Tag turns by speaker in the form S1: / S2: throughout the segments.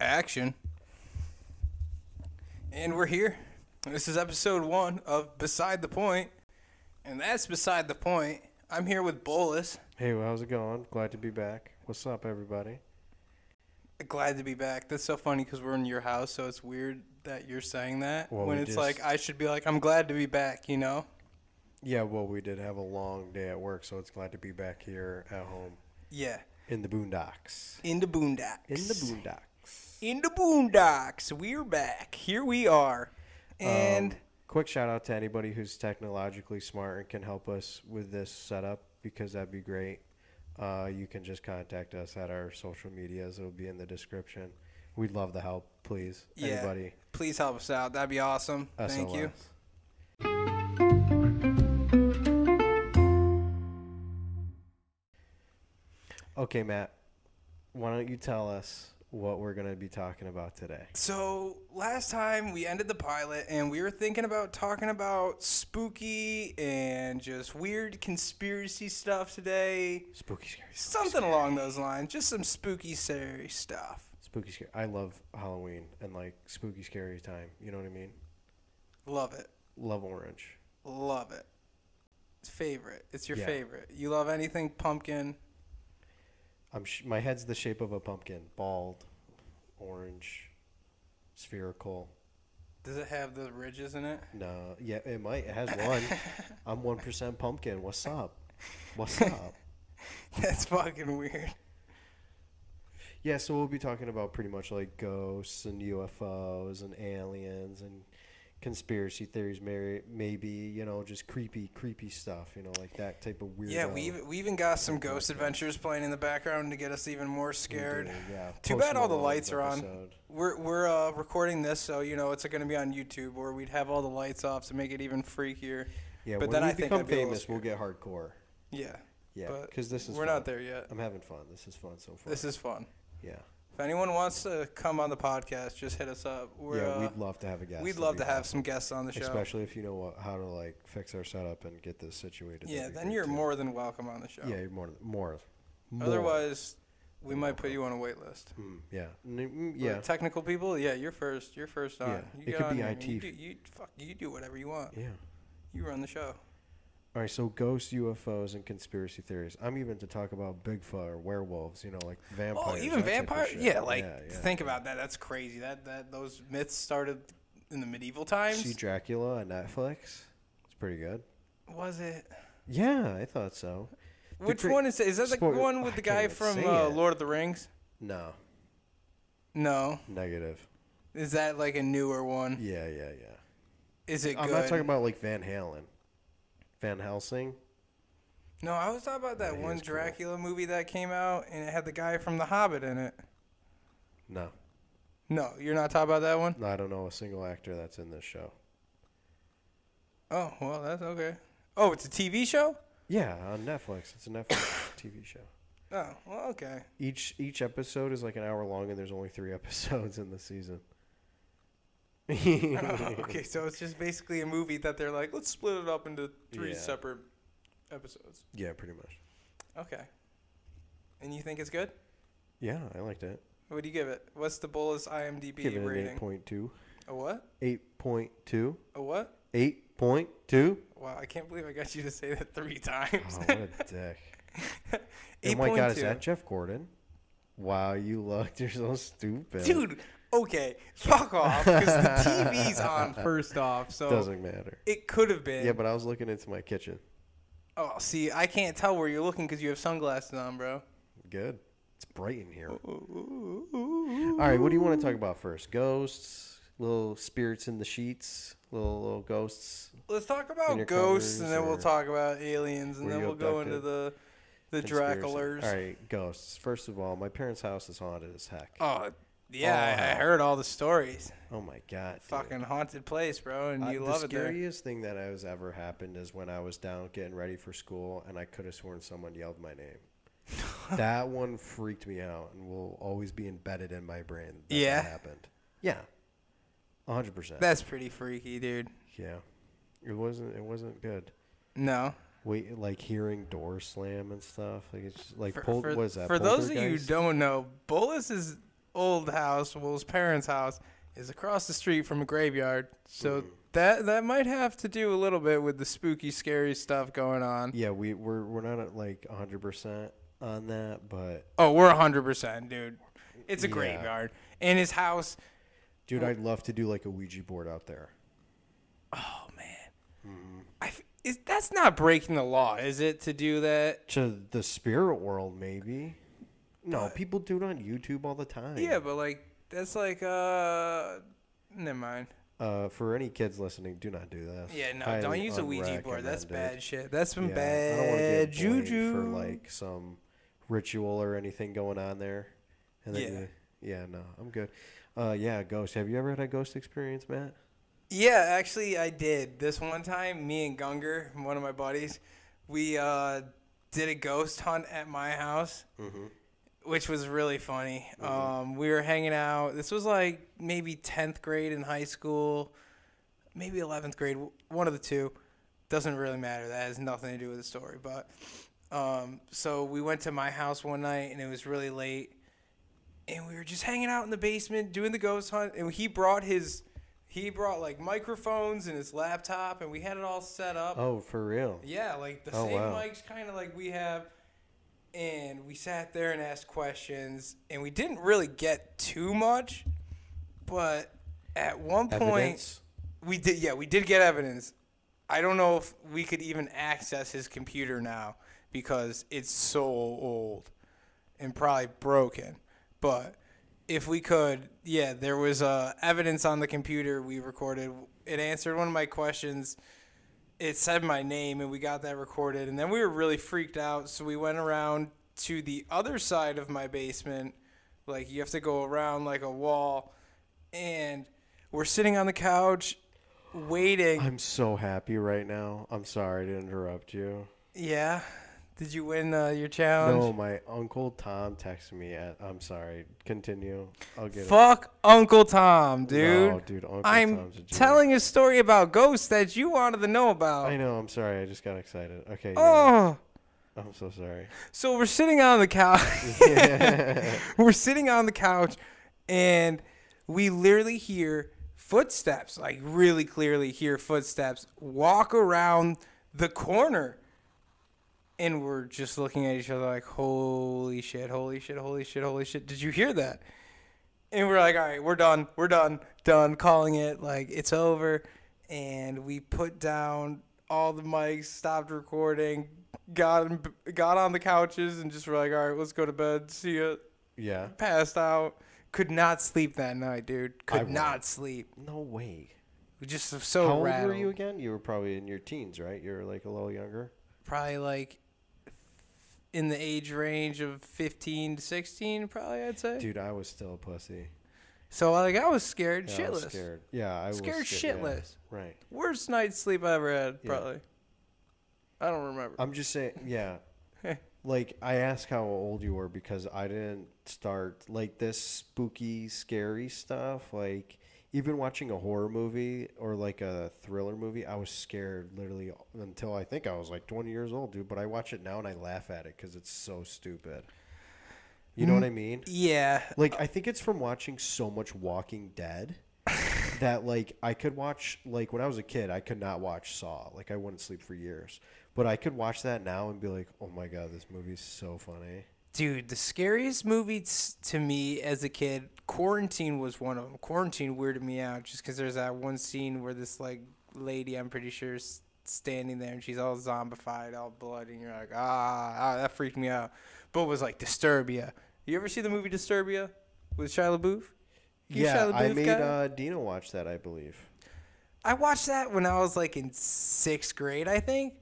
S1: action. And we're here. This is episode one of Beside the Point, and that's Beside the Point. I'm here with Bolus.
S2: Hey, well, how's it going? Glad to be back. What's up, everybody?
S1: Glad to be back. That's so funny because we're in your house, so it's weird that you're saying that.
S2: Well,
S1: when
S2: we
S1: it's
S2: just-
S1: like, I should be like, I'm glad to be back, you know?
S2: Yeah, well, we did have a long day at work, so it's glad to be back here at home
S1: Yeah.
S2: in the boondocks.
S1: In the boondocks.
S2: In the boondocks.
S1: In the boondocks. We're back. Here we are. And
S2: Um, quick shout out to anybody who's technologically smart and can help us with this setup because that'd be great. Uh, you can just contact us at our social medias. It'll be in the description. We'd love the help, please.
S1: Yeah.
S2: Anybody.
S1: please help us out. That'd be awesome. Thank you.
S2: SOS. Okay, Matt. Why don't you tell us what we're going to be talking about today?
S1: So last time we ended the pilot and we were thinking about talking about spooky and just weird conspiracy stuff today.
S2: Spooky scary.
S1: Something along those lines. Just some spooky scary stuff.
S2: Spooky scary. I love Halloween and like spooky scary time. You know what I mean?
S1: Love it.
S2: Love orange.
S1: Love it. It's favorite. It's your
S2: Yeah.
S1: favorite. You love anything pumpkin.
S2: I'm sh- my head's the shape of a pumpkin, bald, orange, spherical.
S1: Does it have the ridges in it?
S2: No, yeah, it might. It has one. I'm one percent pumpkin. What's up? What's up?
S1: That's fucking weird.
S2: Yeah, so we'll be talking about pretty much like ghosts and UFOs and aliens and conspiracy theories, may- maybe you know, just creepy, creepy stuff. You know, like that type of weird.
S1: Yeah, we even, we even got some ghost adventures playing in the background to get us even more scared.
S2: Yeah.
S1: Too
S2: Post
S1: bad all the
S2: Malone's
S1: lights are on.
S2: episode.
S1: We're we're uh, recording this, so you know it's going to be on YouTube, or we'd have all the lights off to make it even freakier.
S2: Yeah,
S1: but
S2: when
S1: then
S2: we
S1: I think
S2: become
S1: I'd be a little
S2: famous, we'll get hardcore.
S1: Yeah,
S2: Yeah,
S1: But
S2: because this is
S1: we're
S2: fun.
S1: not there yet.
S2: I'm having fun. This is fun so far.
S1: This is fun.
S2: yeah,
S1: If anyone wants to come on the podcast, just hit us up. We're,
S2: yeah.
S1: uh,
S2: We'd love to have a guest.
S1: we'd
S2: That'd
S1: love
S2: be
S1: to have
S2: awesome.
S1: some guests on the show.
S2: especially if you know what, how to like fix our setup and get this situated.
S1: yeah,
S2: that'd be
S1: then
S2: great,
S1: you're
S2: too.
S1: more than welcome on the show.
S2: Yeah, you're more more. more.
S1: Otherwise, we might put you on a wait list.
S2: Mm, yeah, N- mm,
S1: Like,
S2: yeah,
S1: technical people, yeah, you're first. You're first on.
S2: Yeah,
S1: You
S2: it
S1: get
S2: could
S1: on
S2: be
S1: here and You
S2: IT.
S1: do, you, fuck, you do whatever you want.
S2: yeah.
S1: You run the show.
S2: All right, so ghosts, UFOs, and conspiracy theories. I'm even to talk about Bigfoot or werewolves. You know, like vampires.
S1: Oh, even
S2: that type of
S1: vampire?
S2: shit.
S1: Yeah, like
S2: yeah.
S1: think about that. That's crazy. That that those myths started in the medieval times.
S2: See Dracula on Netflix. It's pretty good.
S1: was it?
S2: Yeah, I thought so. The
S1: Which
S2: pre-
S1: one is it? Is that the
S2: spoil-
S1: one
S2: I
S1: with the
S2: can't
S1: guy
S2: even
S1: from
S2: say
S1: uh,
S2: it.
S1: Lord of the Rings?
S2: No,
S1: No.
S2: negative.
S1: Is that like a newer one?
S2: Yeah, yeah, yeah.
S1: Is it
S2: I'm
S1: good?
S2: not talking about like Van Halen, Van Helsing.
S1: no, I was talking about that
S2: he
S1: one
S2: is cool.
S1: Dracula movie that came out and it had the guy from The Hobbit in it.
S2: No,
S1: No, you're not talking about that one?
S2: no, I don't know a single actor that's in this show.
S1: Oh, well, that's okay. Oh, it's a TV show?
S2: Yeah, on Netflix. It's a Netflix TV show.
S1: Oh, well, okay.
S2: Each each episode is like an hour long, and there's only three episodes in the season.
S1: Oh, okay, so it's just basically a movie that they're like, let's split it up into three
S2: Yeah.
S1: separate episodes.
S2: Yeah, pretty much.
S1: Okay. And you think it's good?
S2: Yeah, I liked it. what
S1: What do you give it? What's the Bullis IMDb
S2: Give it an
S1: rating?
S2: 8.2.
S1: A what?
S2: 8.2.
S1: A what?
S2: 8.2.
S1: Wow, I can't believe I got you to say that three times.
S2: Oh, what a dick. oh my god, is
S1: 8.2.
S2: that Jeff Gordon? Wow, you looked. You're so stupid.
S1: Dude, okay, fuck off, because the TV's on first off, so
S2: Doesn't matter.
S1: it could have been.
S2: Yeah, but I was looking into my kitchen.
S1: oh, see, I can't tell where you're looking because you have sunglasses on, bro.
S2: Good. It's bright in here. All right, what do you want to talk about first? Ghosts, little spirits in the sheets, little little ghosts,
S1: Let's talk
S2: In
S1: about
S2: your
S1: ghosts, and
S2: covers
S1: then we'll
S2: or-
S1: talk about aliens, and
S2: Were
S1: then
S2: you
S1: we'll go
S2: abducted?
S1: into the the
S2: conspiracy.
S1: Draculars.
S2: All right, ghosts. First of all, my parents' house is haunted as heck.
S1: Oh,
S2: Oh,
S1: yeah, I, I
S2: wow.
S1: heard all the stories.
S2: my god. dude.
S1: Fucking haunted place, bro, and
S2: Uh,
S1: you
S2: the
S1: love it there.
S2: scariest thing that has ever happened is when I was down getting ready for school and I could have sworn someone yelled my name. that one freaked me out and will always be embedded in my brain. that That
S1: Yeah?
S2: happened. Yeah. 100%.
S1: That's pretty freaky, dude.
S2: yeah. It wasn't it wasn't good.
S1: No,
S2: Wait, like hearing doors slam and stuff. Like it's just, like
S1: for,
S2: pol-
S1: for-
S2: what is that?
S1: for those of you who
S2: poltergeist?
S1: don't know, Bolus is old house, Will's parents' house, is across the street from a graveyard. So that that might have to do a little bit with the spooky, scary stuff going on.
S2: Yeah, we we're we're not at like 100% on that, but
S1: Oh, we're hundred percent, dude. It's a
S2: Yeah.
S1: graveyard, and his house.
S2: dude, I'd love to do like a Ouija board out there.
S1: Oh man, I f is, that's not breaking the law, is it? To do that?
S2: To the spirit world maybe. No, people do it on YouTube all the time.
S1: Yeah, but like that's like uh, never mind.
S2: Uh, for any kids listening, do not do that.
S1: Yeah, no, don't use a Ouija board. That's bad shit. That's some
S2: Yeah, I don't want to
S1: bad
S2: get juju
S1: juju.
S2: for like some ritual or anything going on there. And then
S1: Yeah.
S2: you- yeah, no, I'm good. Uh, yeah, ghost. Have you ever had a ghost experience, Matt?
S1: Yeah, actually, I did. This one time, me and Gunger, one of my buddies, we uh, did a ghost hunt at my house, which was really funny. Um, we were hanging out. This was like maybe 10th grade in high school, maybe 11th grade, w- one of the two. Doesn't really matter. That has nothing to do with the story. But um, so we went to my house one night, and it was really late and we were just hanging out in the basement doing the ghost hunt and he brought his he brought like microphones and his laptop and we had it all set up
S2: Oh, for real?
S1: yeah like the
S2: Oh,
S1: same
S2: wow.
S1: mics kind of like we have and we sat there and asked questions and we didn't really get too much but at one point
S2: Evidence?
S1: we did yeah we did get evidence i don't know if we could even access his computer now because it's so old and probably broken but if we could yeah there was uh, evidence on the computer we recorded it answered one of my questions it said my name and we got that recorded and then we were really freaked out so we went around to the other side of my basement like you have to go around like a wall and we're sitting on the couch waiting
S2: I'm so happy right now. I'm sorry to interrupt you.
S1: yeah did you win uh, your challenge
S2: No, my uncle Tom texted me. At, I'm sorry. Continue. I'll get it.
S1: Fuck Uncle Tom, dude.
S2: No, dude, Uncle
S1: I'm
S2: Tom's a jerk.
S1: telling a story about ghosts that you wanted to know about.
S2: I know. I'm sorry. I just got excited. Okay. yeah,
S1: Oh.
S2: I'm so sorry.
S1: So we're sitting on the couch. we're sitting on the couch and we literally hear footsteps, like really clearly hear footsteps walk around the corner. And we're just looking at each other like, holy shit, holy shit, holy shit, holy shit. Did you hear that? And we're like, all right, we're done. We're done. Done calling it. Like, it's over. And we put down all the mics, stopped recording, got, in, got on the couches, and just were like, all right, let's go to bed. See ya.
S2: Yeah.
S1: Passed out. Could not sleep that night, dude. Could
S2: won't.
S1: not sleep.
S2: No way.
S1: We Just so
S2: How old
S1: rattled.
S2: were you again? You were probably in your teens, right? You were like a little younger.
S1: Probably like in the age range of 15 to 16, probably, I'd say.
S2: Dude, I was still a pussy.
S1: So, like, I was scared
S2: Yeah, I was
S1: shitless.
S2: scared. Yeah, I
S1: Scared
S2: was scared yeah,
S1: shitless.
S2: right.
S1: Worst night's sleep I ever had,
S2: Yeah.
S1: probably. I don't remember.
S2: I'm just saying, yeah. like I asked how old you were because I didn't start like this spooky, scary stuff. Like even watching a horror movie or like a thriller movie, I was scared literally until I think I was like 20 years old, dude. But I watch it now and I laugh at it because it's so stupid. You know what I mean?
S1: yeah.
S2: Like I think it's from watching so much Walking Dead that like I could watch like when I was a kid I could not watch Saw. Like I wouldn't sleep for years. But I could watch that now and be like, "Oh my god, this movie's so funny."
S1: Dude, the scariest movie t- to me as a kid, Quarantine was one of them. Quarantine weirded me out just because there's that one scene where this, like, lady, I'm pretty sure, is standing there and she's all zombified, all blood, and you're like, ah, ah that freaked me out. But it was like Disturbia. You ever see the movie Disturbia with Shia LaBeouf? You
S2: yeah,
S1: Shia
S2: I
S1: LaBeouf
S2: made
S1: guy?
S2: uh, Dina watch that, I believe.
S1: I watched that when I was, like, in sixth grade, I think.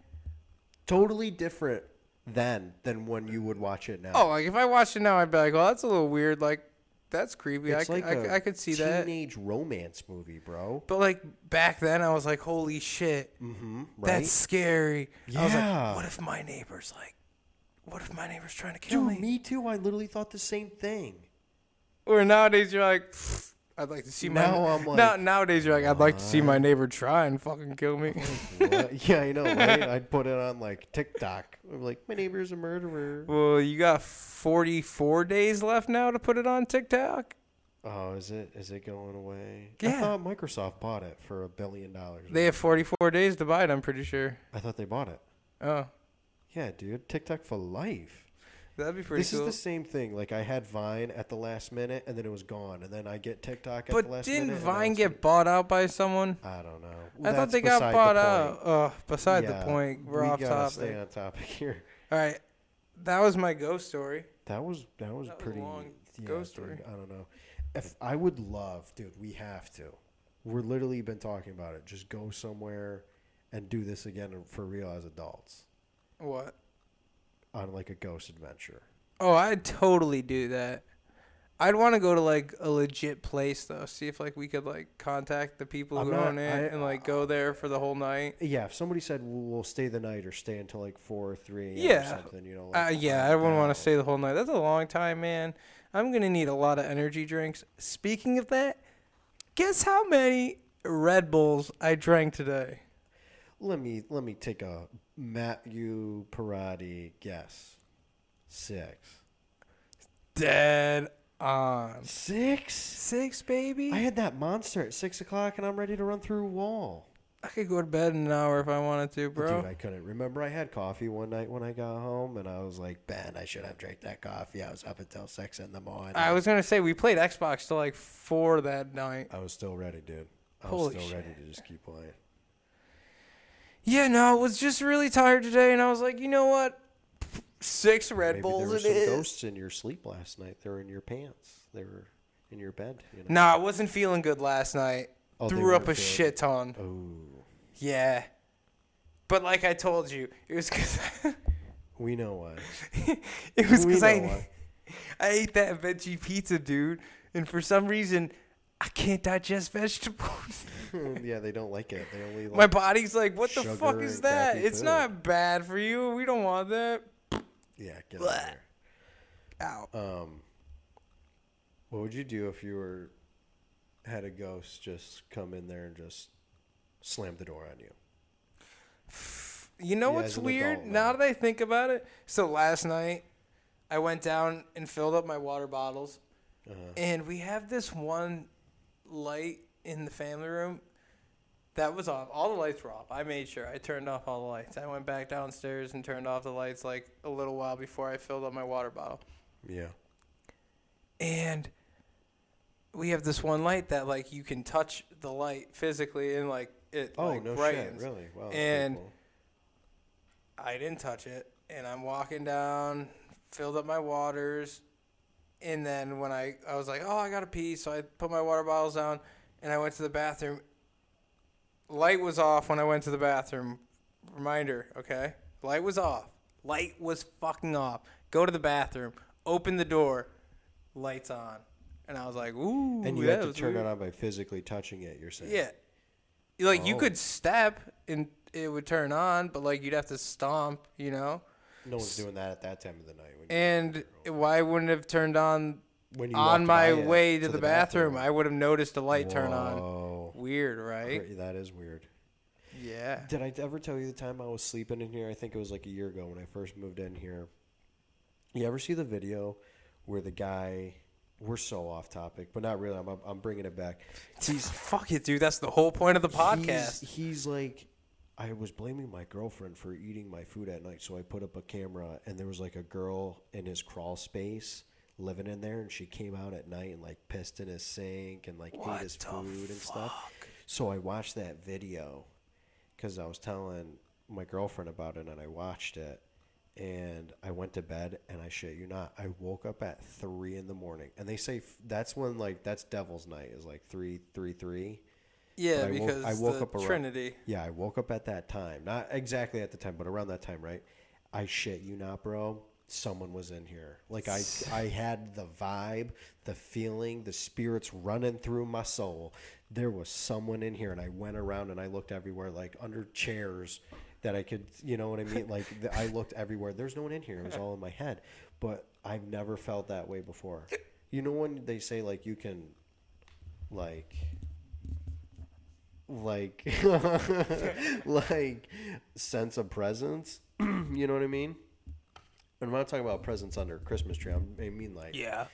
S2: Totally different then than when you would watch it now.
S1: Oh, like if I watched it now, I'd be like, well, that's a little weird. Like, that's creepy. I, c- I c-
S2: a
S1: I could see that.
S2: teenage romance movie, bro.
S1: But like back then, I was like, holy shit,
S2: Mm-hmm, right?
S1: that's scary. I was
S2: Yeah.
S1: like, what if my neighbor's like, what if my neighbor's trying to kill
S2: Dude,
S1: me?
S2: me too. I literally thought the same thing.
S1: Or nowadays, you're like, "Pfft, I'd like to see my.
S2: Now I'm like,
S1: now, nowadays, you're like, I'd like to see my neighbor try and fucking kill me.
S2: What? yeah, I know, right? I'd put it on like TikTok. I'm like, my neighbor's a murderer.
S1: well, you got 44 days left now to put it on TikTok.
S2: Oh, is it is it going away?
S1: Yeah.
S2: I thought Microsoft bought it for a billion dollars.
S1: They have 44 days to buy it. I'm pretty sure.
S2: I thought they bought it.
S1: Oh,
S2: Yeah, dude, TikTok for life.
S1: that'd be pretty
S2: this
S1: cool.
S2: is the same thing. Like I had Vine at the last minute, and then it was gone, and then I get TikTok at the
S1: but
S2: last
S1: didn't
S2: minute. and
S1: Vine
S2: that's
S1: get
S2: it.
S1: bought out by someone?
S2: I don't know.
S1: I thought
S2: That's
S1: they got
S2: beside the
S1: bought
S2: point.
S1: out. Oh, beside
S2: Yeah,
S1: the point. We're
S2: we
S1: off
S2: gotta
S1: topic.
S2: Stay on topic here.
S1: All right, that was my ghost story.
S2: That was that was
S1: That was a
S2: pretty
S1: long
S2: yeah,
S1: ghost
S2: dude,
S1: story.
S2: I don't know. If I would love, dude, we have to. We're literally been talking about it. Just go somewhere and do this again for real as adults
S1: What?
S2: on like a ghost adventure.
S1: Oh, I'd totally do that. I'd want to go to like a legit place though. See if like we could like contact the people
S2: I'm
S1: who
S2: not-
S1: own it
S2: I-
S1: and like go there for the whole night.
S2: Yeah, if somebody said we'll, we'll stay the night or stay until like four or three a.m.
S1: Yeah.
S2: or something, you know.
S1: Uh,
S2: Like,
S1: yeah,
S2: I'm
S1: I wouldn't want
S2: down.
S1: to stay the whole night. That's a long time, man. I'm gonna need a lot of energy drinks. Speaking of that, guess how many Red Bulls I drank today?
S2: Let me let me take a Matthew Parati guess. Six.
S1: Dead on.
S2: Six.
S1: Six, baby.
S2: I
S1: I,
S2: had that monster at six o'clock, and I'm ready to run through a wall.
S1: could go to bed in an hour if I wanted to, bro.
S2: Dude, I couldn't remember. I had coffee one night when I got home, and I was like, "Ben, I should have drank that coffee. I was up until six in the morning.
S1: I was gonna say we played Xbox till like four that night.
S2: I was still ready, dude. I was
S1: Holy
S2: still
S1: shit.
S2: ready to just keep playing.
S1: Yeah, no, I was just really tired today, and I was like, you know what? Six Red
S2: Maybe there
S1: Bulls
S2: were
S1: it
S2: some
S1: is.
S2: ghosts in your sleep last night. They were in your pants. They were in your bed. You know?
S1: Nah, I wasn't feeling good last night.
S2: Oh, they
S1: Threw up a
S2: weren't feeling
S1: shit ton.
S2: Oh,
S1: Yeah. But like I told you, it was cause
S2: we know why.
S1: it was
S2: We
S1: cause
S2: know
S1: I
S2: why.
S1: I ate that veggie pizza, dude, and for some reason I can't digest vegetables.
S2: yeah, they don't like it. They only like
S1: My body's like, what the fuck
S2: Sugar
S1: is
S2: and
S1: that?
S2: crappy
S1: It's
S2: food.
S1: not bad for you. We don't want that.
S2: yeah. Get out of
S1: Ow.
S2: there. Um, what would you do if you were had a ghost just come in there and just slam the door on you?
S1: You know
S2: Yeah,
S1: what's
S2: as an
S1: weird?
S2: adult,
S1: now
S2: man.
S1: that I think about it, so last night I went down and filled up my water bottles,
S2: Uh-huh.
S1: and we have this one light in the family room that was off. All the lights were off. I made sure I turned off all the lights. I went back downstairs and turned off the lights like a little while before I filled up my water bottle
S2: Yeah.
S1: and we have this one light that like you can touch the light physically and like it
S2: Oh
S1: like,
S2: no
S1: brightens.
S2: shit! Really? Wow. that's pretty
S1: and
S2: cool.
S1: I didn't touch it, and I'm walking down, filled up my waters, and then when I I was like, oh, I gotta pee, so I put my water bottles down, and I went to the bathroom. Light was off when I went to the bathroom. Reminder, okay? Light was off. Light was fucking off. Go to the bathroom. Open the door. Lights on. And I was like, ooh.
S2: and you
S1: that
S2: had to
S1: was
S2: turn
S1: weird.
S2: it on by physically touching it. You're saying?
S1: Yeah. Like you
S2: Oh.
S1: could step and it would turn on, but like you'd have to stomp, you know?
S2: No one's doing that at that time of the night. When you-
S1: And why wouldn't it have turned on
S2: when you
S1: on
S2: walked
S1: my
S2: by it
S1: way to, the, bathroom, I would have noticed a light turn on.
S2: Whoa.
S1: Weird, right?
S2: Great, That is weird.
S1: Yeah.
S2: Did I ever tell you the time I was sleeping in here? I think it was like a year ago when I first moved in here. You ever see the video where the guy? We're so off topic, but not really. I'm I'm bringing it back. He's
S1: Fuck it, dude. That's the whole point of the podcast.
S2: He's, he's like, I was blaming my girlfriend for eating my food at night, so I put up a camera, and there was like a girl in his crawl space living in there, and she came out at night and like pissed in his sink and like ate his food and stuff. So I watched that video because I was telling my girlfriend about it, and I watched it. And I went to bed, and I shit you not, I woke up at three in the morning, and they say f- that's when like that's Devil's Night is like three, three, three.
S1: yeah,
S2: I woke-
S1: because
S2: I woke
S1: the
S2: up around-
S1: Trinity.
S2: Yeah, I woke up at that time. Not exactly at the time, but around that time, right? I shit you not, bro. Someone was in here. Like I I had the vibe, the feeling, the spirits running through my soul. There was someone in here and I went around and I looked everywhere like under chairs that I could, you know what I mean? Like th- I looked everywhere. There's no one in here. It was all in my head. But I've never felt that way before. You know when they say like you can like like like sense of presence. you know what I mean? And when I'm talking about presents under a Christmas tree, I'm- I mean like
S1: Yeah.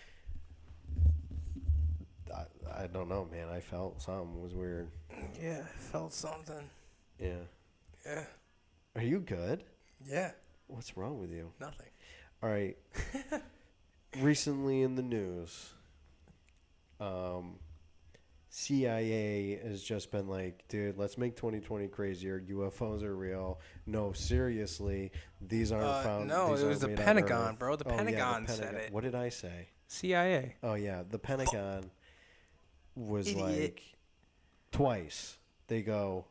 S2: I don't know, man. I felt something was weird.
S1: Yeah, I felt something.
S2: Yeah.
S1: Yeah.
S2: Are you good?
S1: Yeah.
S2: What's wrong with you?
S1: Nothing.
S2: All right. Recently in the news, um, CIA has just been like, dude, let's make 2020 crazier. UFOs are real. No, seriously, these aren't
S1: Uh,
S2: found.
S1: no,
S2: these
S1: it was
S2: aren't
S1: the
S2: made on
S1: Pentagon,
S2: Earth."
S1: bro. The
S2: Oh, yeah,
S1: Pentagon said it.
S2: What did I say?
S1: CIA.
S2: Oh yeah, the Pentagon was
S1: Idiot.
S2: like twice. They go,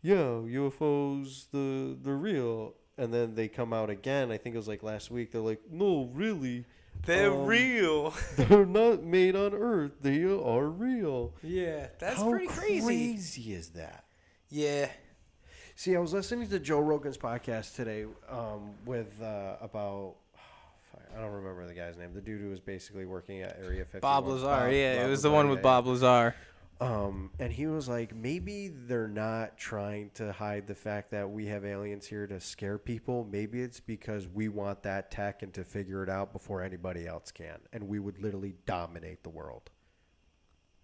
S2: "Yo, UFOs, the they're real," and then they come out again. I think it was like last week. They're like, "No, really,
S1: They're
S2: Um,
S1: real.
S2: they're not made on Earth. They are real."
S1: Yeah, that's
S2: How
S1: pretty crazy.
S2: crazy is that?
S1: Yeah.
S2: See, I was listening to Joe Rogan's podcast today um, with uh, about fuck, I don't remember the guy's name. The dude who was basically working at Area 51.
S1: Bob Lazar. yeah, it
S2: Bob
S1: was the
S2: Lazar,
S1: one
S2: yeah,
S1: with
S2: yeah.
S1: Bob Lazar.
S2: Um, and he was like, maybe they're not trying to hide the fact that we have aliens here to scare people. Maybe it's because we want that tech and to figure it out before anybody else can, and we would literally dominate the world.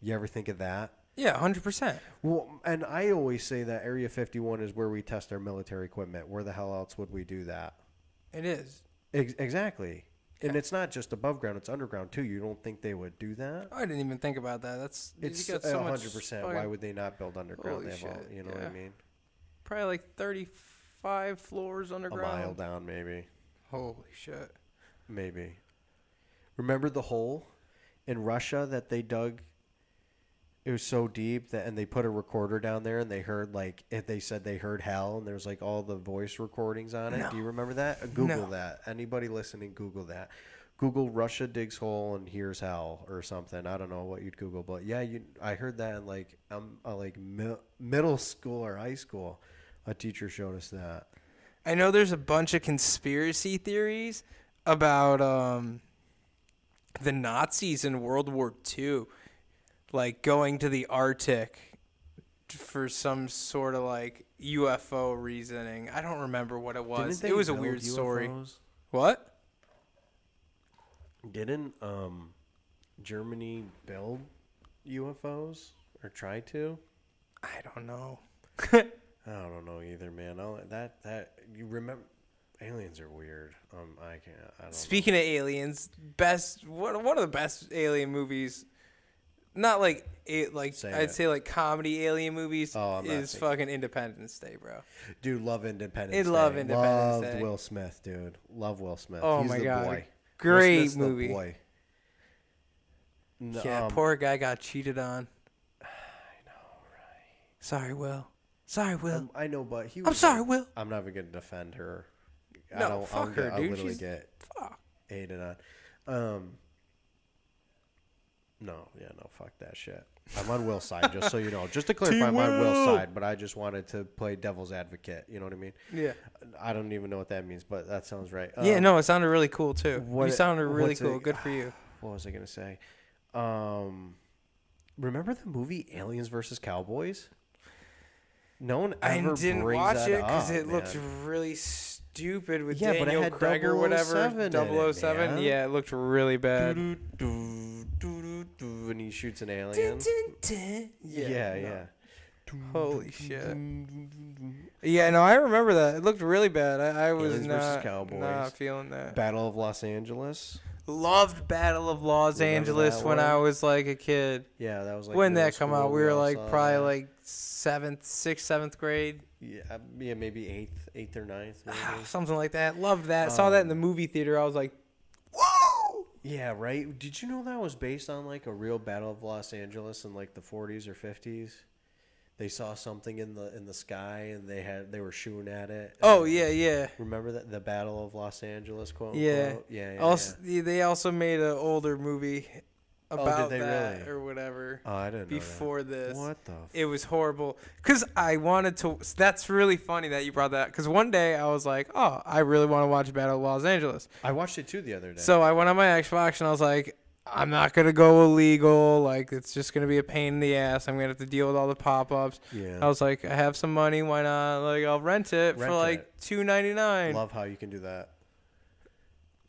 S2: You ever think of that?
S1: Yeah, hundred percent.
S2: Well, and I always say that Area 51 is where we test our military equipment. Where the hell else would we do that?
S1: It is.
S2: Ex- exactly. And it's not just above ground; it's underground too. You don't think they would do that?
S1: Oh, I didn't even think about that. That's you
S2: It's
S1: got
S2: a
S1: so much
S2: hundred percent. Why
S1: fucking-
S2: would they not build underground?
S1: Holy
S2: They have all,
S1: shit,
S2: you know what
S1: yeah.
S2: I mean?
S1: probably like thirty-five floors
S2: A mile
S1: underground?
S2: down, maybe.
S1: Holy shit!
S2: Maybe. Remember the hole in Russia that they dug? It was so deep that, and they put a recorder down there, and they heard like if they said they heard hell, and there's like all the voice recordings on it.
S1: No.
S2: Do you remember that? Uh, Google
S1: No.
S2: that. Anybody listening, Google that. Google Russia digs hole and hears hell or something. I don't know what you'd Google, but yeah, you. I heard that in like um uh, like mi- middle school or high school. A teacher showed us that.
S1: I know there's a bunch of conspiracy theories about um, the Nazis in World War II, like going to the Arctic for some sort of like UFO reasoning. I don't remember what it was.
S2: Didn't
S1: It
S2: they
S1: was a
S2: build
S1: weird story.
S2: UFOs?
S1: What?
S2: Didn't um, Germany build UFOs or try to?
S1: I don't know.
S2: I don't know either, man. I'll, that that you remember, aliens are weird. Um, I can't. I don't.
S1: Speaking of aliens, best one one of the best alien movies, not like a, like
S2: Say
S1: I'd
S2: it.
S1: say like comedy alien movies
S2: Oh, I'm not
S1: is
S2: thinking-
S1: fucking Independence Day, bro.
S2: know. dude, love Independence.
S1: It
S2: Day.
S1: love Independence
S2: Loved
S1: Day.
S2: Will Smith, dude. Love Will Smith.
S1: Oh
S2: He's
S1: my
S2: the
S1: God.
S2: boy.
S1: Great
S2: Will Smith's the
S1: movie.
S2: boy. No,
S1: yeah,
S2: um,
S1: poor guy got cheated on. I know, right? Sorry, Will. Sorry, Will.
S2: um, I know, but he. Was
S1: I'm sorry,
S2: like-
S1: Will.
S2: I'm not even gonna defend her. I
S1: No,
S2: don't,
S1: fuck
S2: I'll,
S1: her,
S2: get, I'll
S1: dude.
S2: literally
S1: She's-
S2: get
S1: Fuck.
S2: hated on. Um, no, yeah, no, fuck that shit. I'm on Will's side, just so you know. Just to clarify, I'm on Will's
S1: Will.
S2: side, but I just wanted to play devil's advocate. You know what I mean?
S1: Yeah.
S2: I don't even know what that means, but that sounds right.
S1: yeah.
S2: Um,
S1: No, it sounded really cool too.
S2: what-
S1: you sounded really
S2: what's it-
S1: cool. Good for you.
S2: What was I gonna say? Um, remember the movie Aliens versus Cowboys? No one
S1: I
S2: ever
S1: didn't
S2: brings
S1: watch
S2: that
S1: it because
S2: up,
S1: it looked
S2: man.
S1: really stupid with
S2: Yeah, but it
S1: Daniel
S2: had
S1: Craig or whatever.
S2: 007 in it,
S1: 007.
S2: man.
S1: yeah, it looked really bad.
S2: Doo-doo, doo, doo-doo, doo, and he shoots an alien. Yeah, yeah.
S1: no. Holy shit. Yeah, no, I remember that. It looked really bad. I, I was
S2: Aliens versus
S1: not,
S2: Cowboys.
S1: not feeling that.
S2: Battle of Los Angeles.
S1: Loved Battle of Los
S2: Remember
S1: Angeles
S2: that
S1: when
S2: one?
S1: I was like a kid.
S2: Yeah, that was like
S1: when
S2: middle
S1: that come
S2: school,
S1: out, we were
S2: all
S1: like
S2: saw
S1: probably
S2: that.
S1: like seventh, sixth, seventh grade,
S2: yeah, uh, yeah, maybe eighth, eighth or ninth. maybe.
S1: Ah,
S2: Um,
S1: something like that. Loved that. Saw that in the movie theater. I was like, whoa.
S2: yeah, right. Did you know that was based on like a real Battle of Los Angeles in like the 40s or 50s? They saw something in the in the sky and they had they were shooting at it.
S1: Oh
S2: And
S1: yeah, yeah.
S2: remember that the Battle of Los Angeles quote
S1: Yeah.
S2: unquote? yeah, yeah.
S1: Also, they also made an older movie
S2: Oh, did
S1: about
S2: they
S1: that
S2: really?
S1: or whatever
S2: yeah. Oh, I didn't know that.
S1: before this.
S2: What the? F-
S1: It was horrible because I wanted to. That's really funny that you brought that because one day I was like, oh, I really want to watch Battle of Los Angeles.
S2: I watched it too the other day.
S1: So I went on my Xbox and I was like, I'm not gonna go illegal. Like it's just gonna be a pain in the ass. I'm gonna have to deal with all the pop ups.
S2: yeah.
S1: I was like, I have some money. Why not? Like I'll rent it
S2: Rent
S1: for like
S2: it.
S1: two ninety nine.
S2: Love how you can do that.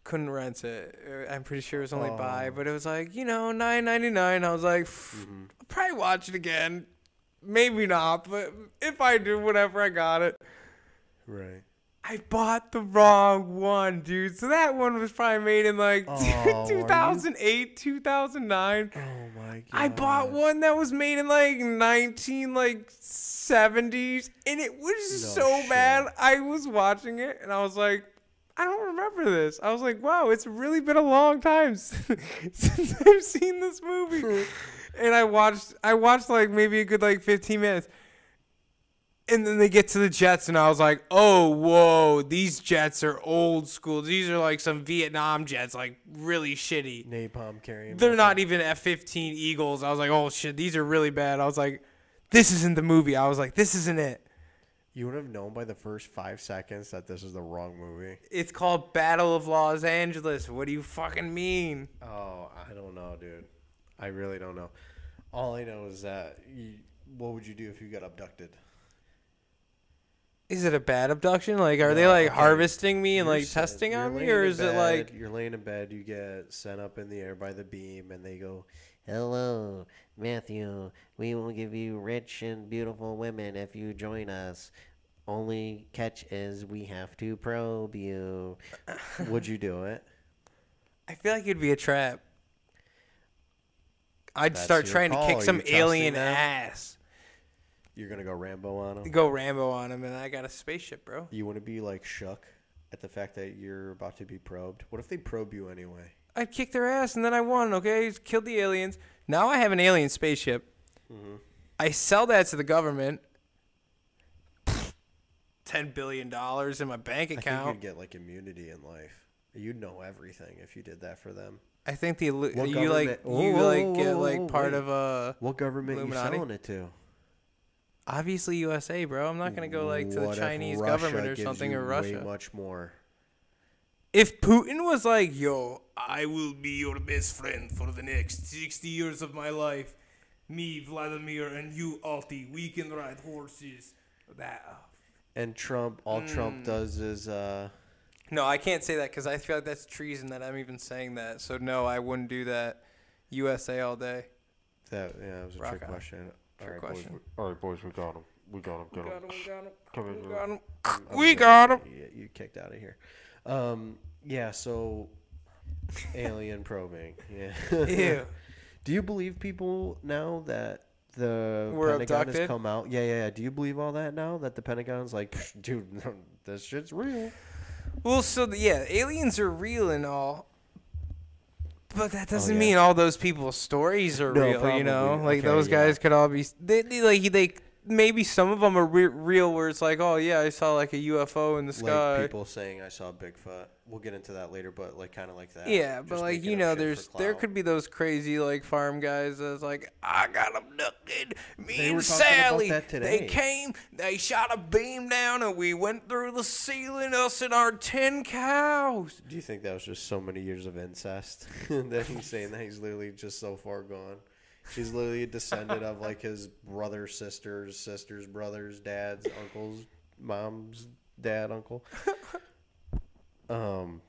S1: couldn't rent it. Uh, I'm pretty sure it was only buy,
S2: Oh.
S1: but it was like you know nine ninety nine. I was like, "Pff, I'll probably watch it again, maybe not, but if I do, whenever I got it,
S2: Right.
S1: I bought the wrong one, dude. So that one was probably made in like
S2: Oh, are you-
S1: 2008, 2009.
S2: Oh my god.
S1: I bought one that was made in like 19 like 70s and it was
S2: No
S1: so
S2: shit.
S1: bad. I was watching it and I was like I don't remember this. I was like, wow, it's really been a long time s- since I've seen this movie. and I watched I watched like maybe a good like 15 minutes. And then they get to the Jets and I was like, "Oh, whoa, these Jets are old school. These are like some Vietnam Jets, like really shitty."
S2: Napalm carrying.
S1: They're not even F-15 Eagles. I was like, oh shit, these are really bad. I was like, this isn't the movie. I was like, this isn't it.
S2: You would have known by the first five seconds that this is the wrong movie.
S1: It's called Battle of Los Angeles. What do you fucking mean?
S2: Oh, I don't know, dude. I really don't know. All I know is that you, what would you do if you got abducted?
S1: Is it a bad abduction? Like, are they
S2: No,
S1: like
S2: okay.
S1: harvesting me and
S2: You're
S1: like
S2: set.
S1: testing
S2: You're
S1: on me,
S2: laying
S1: or
S2: in
S1: is it like
S2: bed- you're laying in bed, you get sent up in the air by the beam, and they go, "Hello, Matthew. We will give you rich and beautiful women if you join us. Only catch is we have to probe you." would you do it?
S1: I feel like it'd be a trap. I'd
S2: That's
S1: start
S2: your
S1: trying to
S2: call.
S1: kick
S2: Are
S1: some
S2: you trusting
S1: alien
S2: them?
S1: ass.
S2: You're gonna go Rambo on them.
S1: Go Rambo on him, and I got a spaceship, bro.
S2: You want to be like shook at the fact that you're about to be probed. What if they probe you anyway?
S1: I kicked their ass and then I won. Okay, killed the aliens. Now I have an alien spaceship.
S2: Mm-hmm.
S1: I sell that to the government. Ten billion dollars in my bank
S2: I think
S1: account.
S2: you'd get like immunity in life. You'd know everything if you did that for them.
S1: I think, the illu-
S2: What
S1: you like
S2: government-
S1: you
S2: Whoa, whoa,
S1: like get
S2: whoa,
S1: like
S2: whoa,
S1: part
S2: wait.
S1: of uh
S2: What government
S1: Illuminati?
S2: you selling it to?
S1: obviously USA, bro. I'm not gonna go like to
S2: What
S1: the
S2: if
S1: Chinese
S2: Russia
S1: government or
S2: gives
S1: something
S2: you
S1: or
S2: Way
S1: Russia.
S2: much more.
S1: If Putin was like, "Yo, I will be your best friend for the next sixty years of my life," me Vladimir and you Alti, we can ride horses. That uh,
S2: And Trump, all
S1: Hmm.
S2: Trump does is uh,
S1: No, I can't say that because I feel like that's treason that I'm even saying that. So no, I wouldn't do that. USA all day.
S2: that. Yeah, that was a
S1: Rock
S2: trick
S1: on.
S2: question. All
S1: Trick
S2: right, boys,
S1: question.
S2: we- all right, boys, we got him. We got him. Get him. Come in
S1: We
S2: here.
S1: got 'em.
S2: I'm
S1: We
S2: sorry,
S1: got 'em.
S2: you- You kicked out of here. Um, yeah. So, alien probing. Yeah.
S1: Ew.
S2: Do you believe people now that the
S1: We're
S2: Pentagon
S1: abducted?
S2: has come out? Yeah, yeah, yeah. Do you believe all that now that the Pentagon's like, "Psh, dude, no, this shit's real?
S1: Well, so the, yeah, aliens are real and all, but that doesn't
S2: Oh, yeah.
S1: mean all those people's stories are
S2: No,
S1: real. You
S2: probably.
S1: know, like
S2: Okay,
S1: those
S2: yeah.
S1: guys could all be they, they like they maybe some of them are re- real where it's like, oh yeah, I saw like a UFO in the sky.
S2: Like people saying I saw Bigfoot. We'll get into that later, but like kind of like that.
S1: Yeah,
S2: Just
S1: but like
S2: making
S1: you
S2: up
S1: know,
S2: shit for
S1: there's there
S2: clout.
S1: could be those crazy like farm guys that's like, I got abducted. Me
S2: They
S1: and
S2: were talking about
S1: Sally,
S2: that
S1: they
S2: today.
S1: came, they shot a beam down, and we went through the ceiling. Us and our ten cows.
S2: Do you think that was just so many years of incest that he's saying that he's literally just so far gone? She's literally a descendant of like his brother, sisters, sisters, brothers, dads, uncles, mom's dad, uncle. Um,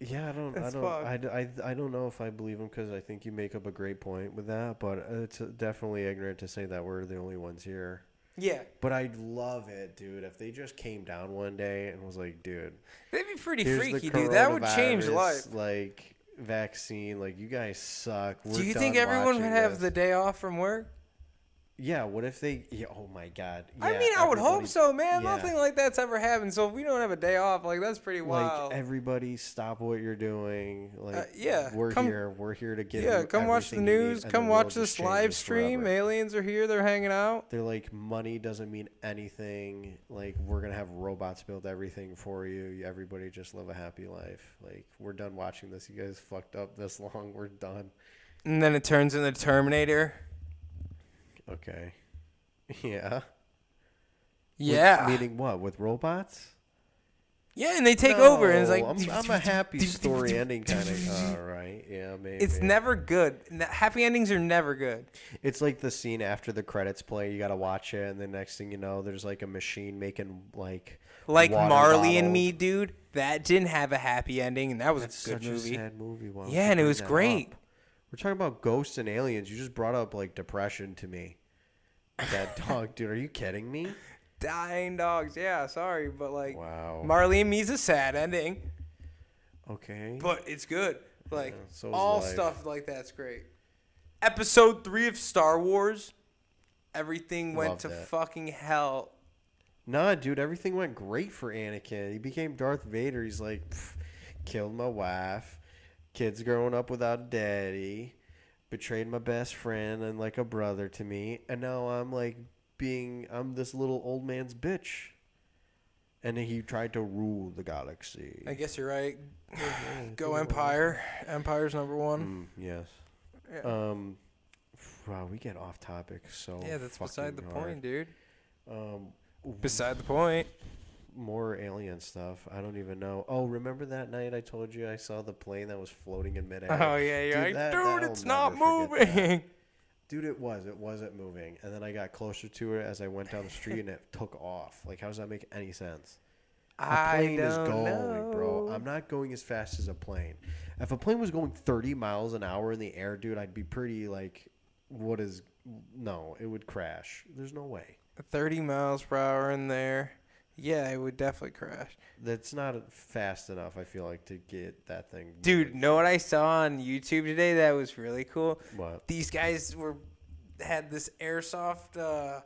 S2: yeah, I don't,
S1: That's
S2: I
S1: fucked.
S2: don't, I, d- I d- I don't know if I believe him because I think you make up a great point with that, but uh, it's definitely ignorant to say that we're the only ones here.
S1: Yeah,
S2: But I'd love it, dude, if they just came down one day and was like, dude,
S1: that'd be pretty
S2: Here's
S1: freaky,
S2: the
S1: dude. That would change life.
S2: coronavirus, Like vaccine, like you guys suck. We're
S1: Do you think
S2: done
S1: everyone would
S2: watching
S1: have
S2: this.
S1: the day off from work?
S2: Yeah. What if they? Yeah, oh my god.
S1: I
S2: yeah,
S1: mean, I would hope
S2: everybody-
S1: so, man.
S2: yeah.
S1: Nothing like that's ever happened. So if we don't have a day off, like that's pretty
S2: Like
S1: wild.
S2: everybody, stop what you're doing. Like
S1: Uh, yeah,
S2: we're
S1: come-
S2: here. We're here to get.
S1: yeah,
S2: you
S1: come watch the
S2: everything you need,
S1: news.
S2: and
S1: Come
S2: the world
S1: watch
S2: just
S1: this live
S2: changes
S1: stream.
S2: forever.
S1: Aliens are here. They're hanging out.
S2: They're like money doesn't mean anything. Like we're gonna have robots build everything for you. Everybody just live a happy life. Like we're done watching this. You guys fucked up this long. We're done.
S1: And then it turns into Terminator.
S2: Okay. Yeah. With-
S1: Yeah.
S2: Meaning what? With robots?
S1: Yeah, and they take
S2: No,
S1: over, and it's like
S2: I'm, I'm a happy story ending kind of. All right, yeah, maybe.
S1: It's never good. N- Happy endings are never good.
S2: It's like the scene after the credits play. You gotta watch it, and the next thing you know, there's like a machine making like
S1: Like
S2: water
S1: Marley
S2: bottles.
S1: and Me, dude. That didn't have a happy ending, and that was
S2: It's
S1: a good
S2: such
S1: movie.
S2: a sad movie. Why would
S1: Yeah,
S2: you
S1: and it
S2: bring
S1: was
S2: that
S1: great.
S2: up? We're talking about ghosts and aliens. You just brought up like depression to me. That dog, dude. Are you kidding me?
S1: Dying dogs. Yeah, sorry, but like
S2: Wow.
S1: Marley and Me's a sad ending,
S2: Okay.
S1: but it's good. Like
S2: Yeah, so is
S1: all
S2: life.
S1: stuff like that's great. Episode three of Star Wars. Everything went
S2: Love
S1: to
S2: that.
S1: fucking hell.
S2: Nah, dude, everything went great for Anakin. He became Darth Vader. He's like, "Pff, killed my wife, kids growing up without a daddy, betrayed my best friend and like a brother to me, and now I'm like being, I'm this little old man's bitch. And he tried to rule the galaxy.
S1: I guess you're right.
S2: think
S1: Go
S2: it
S1: Empire. Empire's number one.
S2: Mm, yes.
S1: Yeah.
S2: Um, wow, we get off topic so.
S1: yeah, that's beside the
S2: oh, fucking hard.
S1: point, dude.
S2: Um,
S1: Beside the point.
S2: more alien stuff. I don't even know. Oh, remember that night I told you I saw the plane that was floating in midair?
S1: Oh yeah, you're
S2: Dude,
S1: like,
S2: that-
S1: dude,
S2: that'll
S1: it's not
S2: never forget that.
S1: moving.
S2: Dude, it was. It wasn't moving. And then I got closer to it as I went down the street and it took off. Like, how does that make any sense? A
S1: I
S2: plane
S1: don't
S2: is going,
S1: know.
S2: bro. I'm not going as fast as a plane. If a plane was going 30 miles an hour in the air, dude, I'd be pretty like, what is? No, it would crash. There's no way.
S1: 30 miles per hour in there. Yeah, it would definitely crash.
S2: That's not fast enough. I feel like to get that thing.
S1: Dude, know what I saw on YouTube today that was really cool?
S2: What?
S1: These guys were had this airsoft uh,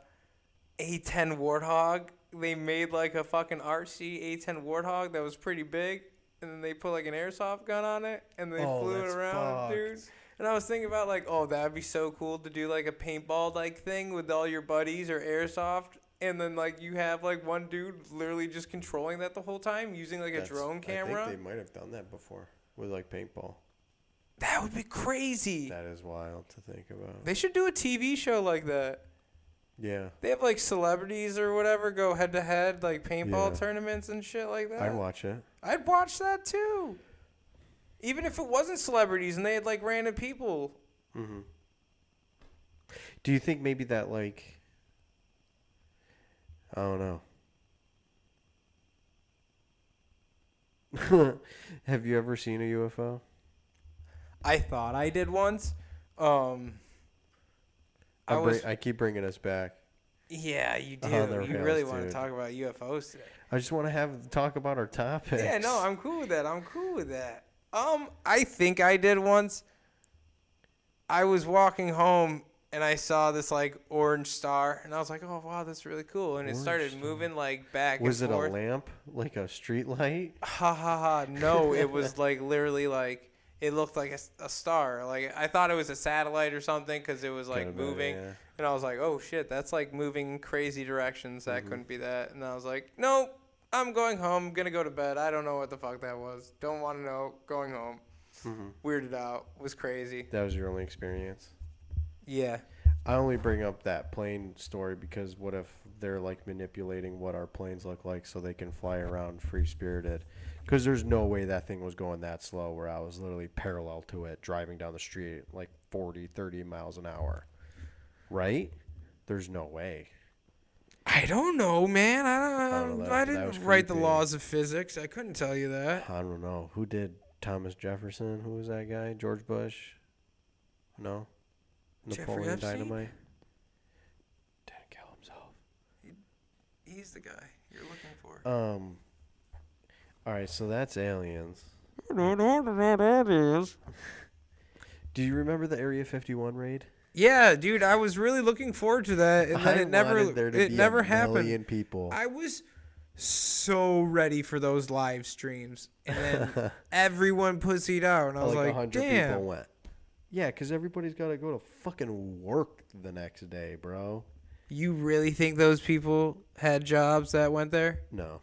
S1: A10 Warthog. They made like a fucking RC A10 Warthog that was pretty big, and then they put like an airsoft gun on it, and they
S2: Oh,
S1: flew it
S2: that's
S1: around,
S2: fucked.
S1: dude. And I was thinking about like, oh, that'd be so cool to do like a paintball like thing with all your buddies or airsoft, and then like you have like one dude literally just controlling that the whole time using like a
S2: That's-
S1: drone
S2: I
S1: camera.
S2: think they might have done that before with like paintball.
S1: That would be crazy.
S2: That is wild to think about.
S1: They should do a TV show like that.
S2: Yeah,
S1: They have like celebrities or whatever go head to head, like paintball
S2: Yeah.
S1: tournaments and shit like that.
S2: I'd watch it.
S1: I'd watch that too. Even if it wasn't celebrities and they had like random people.
S2: hmm Do you think maybe that like? I don't know. have you ever seen a UFO?
S1: I thought I did once. Um, I
S2: I, bring,
S1: was.
S2: I keep bringing us back.
S1: yeah, you do.
S2: Oh, there
S1: you
S2: it
S1: really
S2: is,
S1: want to
S2: dude.
S1: talk about UFOs today?
S2: I just want to have talk about our topics.
S1: Yeah, no, I'm cool with that. I'm cool with that. Um, I think I did once. I was walking home and I saw this like orange star, and I was like, "Oh wow, that's really cool!" And it
S2: Orange
S1: started
S2: star.
S1: moving like back
S2: Was it
S1: and
S2: a
S1: forth.
S2: lamp, like a street light?
S1: ha ha ha! No, it was like literally like it looked like a, s- a star. Like I thought it was a satellite or something because it was like
S2: Could've been,
S1: moving.
S2: yeah.
S1: And I was like, "Oh shit, that's like moving in crazy directions. That
S2: Mm-hmm.
S1: couldn't be that." And I was like, "Nope, I'm going home. gonna go to bed. I don't know what the fuck that was. Don't want to know. Going home.
S2: Mhm.
S1: Weirded out. Was crazy.
S2: That was your only experience.
S1: Yeah.
S2: I only bring up that plane story because what if they're like manipulating what our planes look like so they can fly around free spirited? Because there's no way that thing was going that slow where I was literally parallel to it driving down the street at like 40, 30 miles an hour. Right? There's no way.
S1: I don't know, man. I
S2: I
S1: don't.
S2: don't know, that-
S1: I
S2: that
S1: didn't
S2: was
S1: write the
S2: creepy.
S1: laws of physics. I couldn't tell you that.
S2: I don't know. Who did Thomas Jefferson? Who was that guy? George Bush? No?
S1: Jeffrey
S2: Napoleon
S1: Epstein?
S2: Dynamite? Didn't kill himself.
S1: He's the guy you're looking for.
S2: Um. All right, so that's aliens. Do you remember the Area 51 raid?
S1: Yeah, dude. I was really looking forward to that, and then
S2: I
S1: it never.
S2: wanted there to
S1: It
S2: be a
S1: never happened.
S2: Million people.
S1: I was so ready for those live streams, and then everyone pussied out, and I was
S2: like,
S1: like,
S2: a hundred
S1: "Damn,
S2: people went. Yeah, because everybody's got to go to fucking work the next day, bro.
S1: you really think those people had jobs that went there?
S2: No,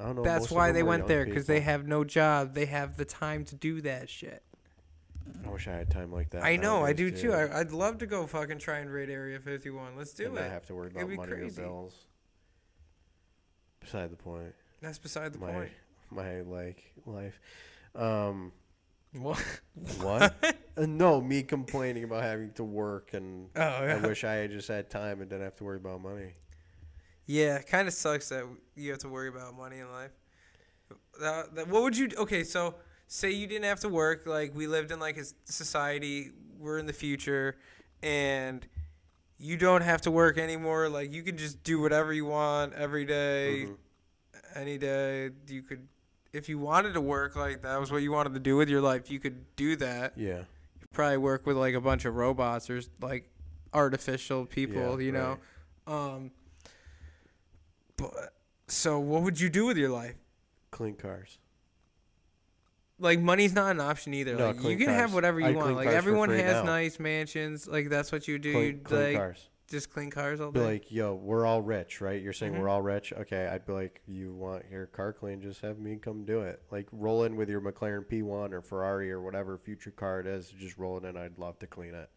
S2: I don't know. most
S1: That's
S2: of
S1: why
S2: them
S1: they
S2: were
S1: went
S2: young
S1: there because they
S2: people.
S1: have no job. They have the time to do that shit.
S2: I wish I had time like that.
S1: I know, I do
S2: nowadays,
S1: too. I, I'd love to go fucking try and raid Area 51. Let's do
S2: and
S1: it.
S2: not have to worry
S1: It'd
S2: about
S1: be
S2: money
S1: crazy.
S2: or bills. Beside the point.
S1: That's beside the
S2: my
S1: point.
S2: my like life. Um,
S1: What?
S2: what? Uh, no, me complaining about having to work and
S1: Oh, yeah.
S2: I wish I had just had time and didn't have to worry about money.
S1: Yeah, it kind of sucks that you have to worry about money in life. That, that, what would you? Okay, so say you didn't have to work. Like we lived in like a s- society. We're in the future, and you don't have to work anymore. Like you can just do whatever you want every day,
S2: Mhm.
S1: any day. You could, if you wanted to work, like that was what you wanted to do with your life. You could do that.
S2: Yeah.
S1: probably work with like a bunch of robots or like artificial people,
S2: Yeah,
S1: you know. Um but so what would you do with your life?
S2: Clean cars.
S1: Like money's not an option either.
S2: No,
S1: like you
S2: clean
S1: can have
S2: cars.
S1: whatever you
S2: I'd
S1: want.
S2: clean
S1: Like
S2: cars for
S1: everyone
S2: free
S1: has
S2: now.
S1: nice mansions. Like that's what you do.
S2: Clean,
S1: You'd
S2: clean
S1: like
S2: cars.
S1: just clean cars all
S2: Be
S1: day.
S2: like, yo, we're all rich, right? You're saying
S1: Mhm.
S2: we're all rich. Okay, I'd be like, you want your car clean? Just have me come do it. Like, roll in with your McLaren P1 or Ferrari or whatever future car it is. Just roll it in. I'd love to clean it.